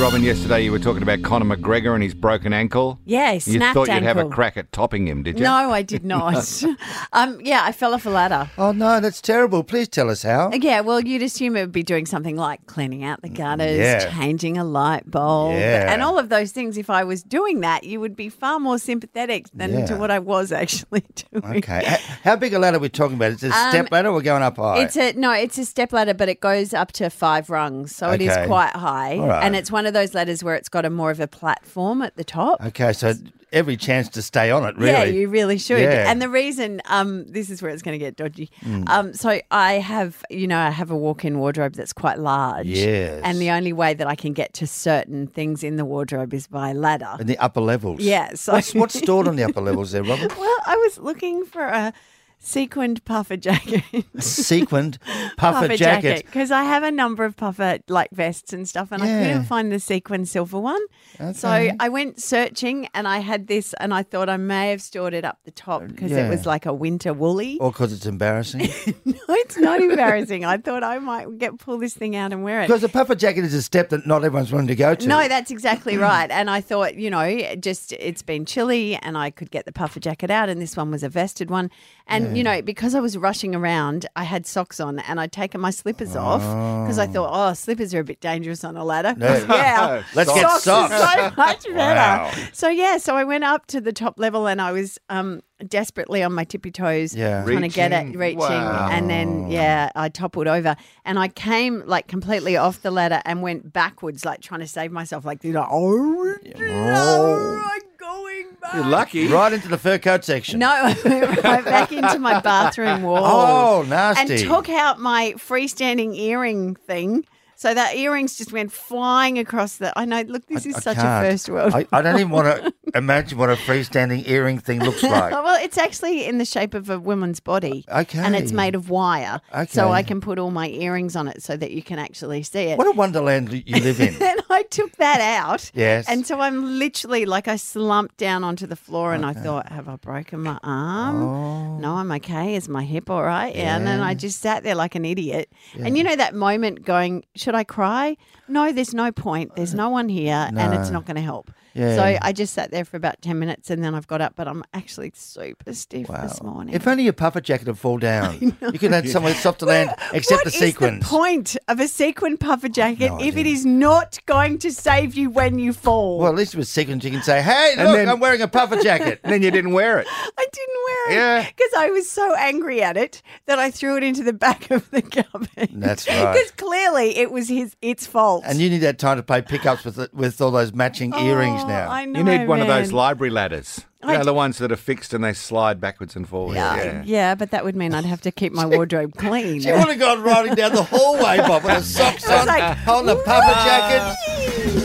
Robin, yesterday you were talking about Conor McGregor and his broken ankle. Yeah, he You snapped thought you'd have a ankle. crack at topping him, did you? No, I did not. um, yeah, I fell off a ladder. Oh no, that's terrible. Please tell us how. Yeah, well, you'd assume it would be doing something like cleaning out the gutters, Mm, yeah. changing a light bulb, Yeah. and all of those things. If I was doing that, you would be far more sympathetic than Yeah. to what I was actually doing. Okay. H- How big a ladder are we talking about? Is it a step ladder or going up high? Um, It's a no, it's a step ladder, but it goes up to five rungs, so it Okay. is quite high, All right. and it's one of those ladders where it's got a more of a platform at the top. okay, so every chance to stay on it, really. Yeah, you really should. Yeah. Mm. And the reason, um, this is where it's going to get dodgy. Um, so I have, you know, I have a walk-in wardrobe that's quite large. Yes. And the only way that I can get to certain things in the wardrobe is by ladder. In the upper levels. Yeah. So What's what's stored on the upper levels there, Robin? well, I was looking for a sequined puffer jacket. Sequined puffer, jacket. because I have a number of puffer like vests and stuff, and Yeah. I couldn't find the sequin silver one. So Okay. I went searching, and I had this, and I thought I may have stored it up the top because Uh, yeah. it was like a winter woolly. Or because it's embarrassing. no, it's not embarrassing. I thought I might get pull this thing out and wear it. Because the puffer jacket is a step that not everyone's willing to go to. No, that's Mm. exactly right. And I thought, you know, just it's been chilly and I could get the puffer jacket out, and this one was a vested one. And, you know, because I was rushing around, I had socks on and I'd taken my slippers off because I thought, oh, slippers are a bit dangerous on a ladder. No. yeah. Let's get are so much better. Wow. So, yeah, so I went up to the top level and I was um, desperately on my tippy toes Yeah. trying to get it Reaching. reaching Wow. and Oh, then yeah i toppled over and i came like completely off the ladder and went backwards like trying to save myself like you know oh, no, i'm going back You're lucky. Right into the fur coat section. no I went right back into my bathroom wall Oh, nasty. and took out my freestanding earring thing so that earrings just went flying across the i know look this is I such can't. a first world I, I don't even want to imagine what a freestanding earring thing looks Oh, like. well, it's actually in the shape of a woman's body. Okay. And it's made of wire. Okay. So I can put all my earrings on it so that you can actually see it. What a wonderland you live in. and I took that out. Yes. And so I'm literally like I slumped down onto the floor and I thought, have I broken my arm? Oh. No, I'm okay. Is my hip all right? Yeah. And then I just sat there like an idiot. And you know that moment going, should I cry? No, there's no point. There's no one here and it's not going to help. Yeah. So I just sat there for about 10 minutes and then I've got up, but I'm actually super stiff this morning. If only your puffer jacket would fall down. You could land somewhere soft to land, What except the is sequins. the point of a sequin puffer jacket No if it idea. is not going to save you when you fall? Well, at least with sequins, you can say, "Hey, look, then- I'm wearing a puffer jacket." And then you didn't wear it. I didn't wear it Yeah. because I was so angry at it that I threw it into the back of the cupboard. That's right. Because clearly it was his its fault. and you need that time to play pickups with with all those matching earrings Oh, now. I know, You need one of those man. library ladders. You know, the ones that are fixed and they slide backwards and forwards. Yeah, Uh, yeah, but that would mean I'd have to keep my wardrobe clean. She would have gone riding down the hallway, Bob, with her socks on, like, holding a puffer jacket.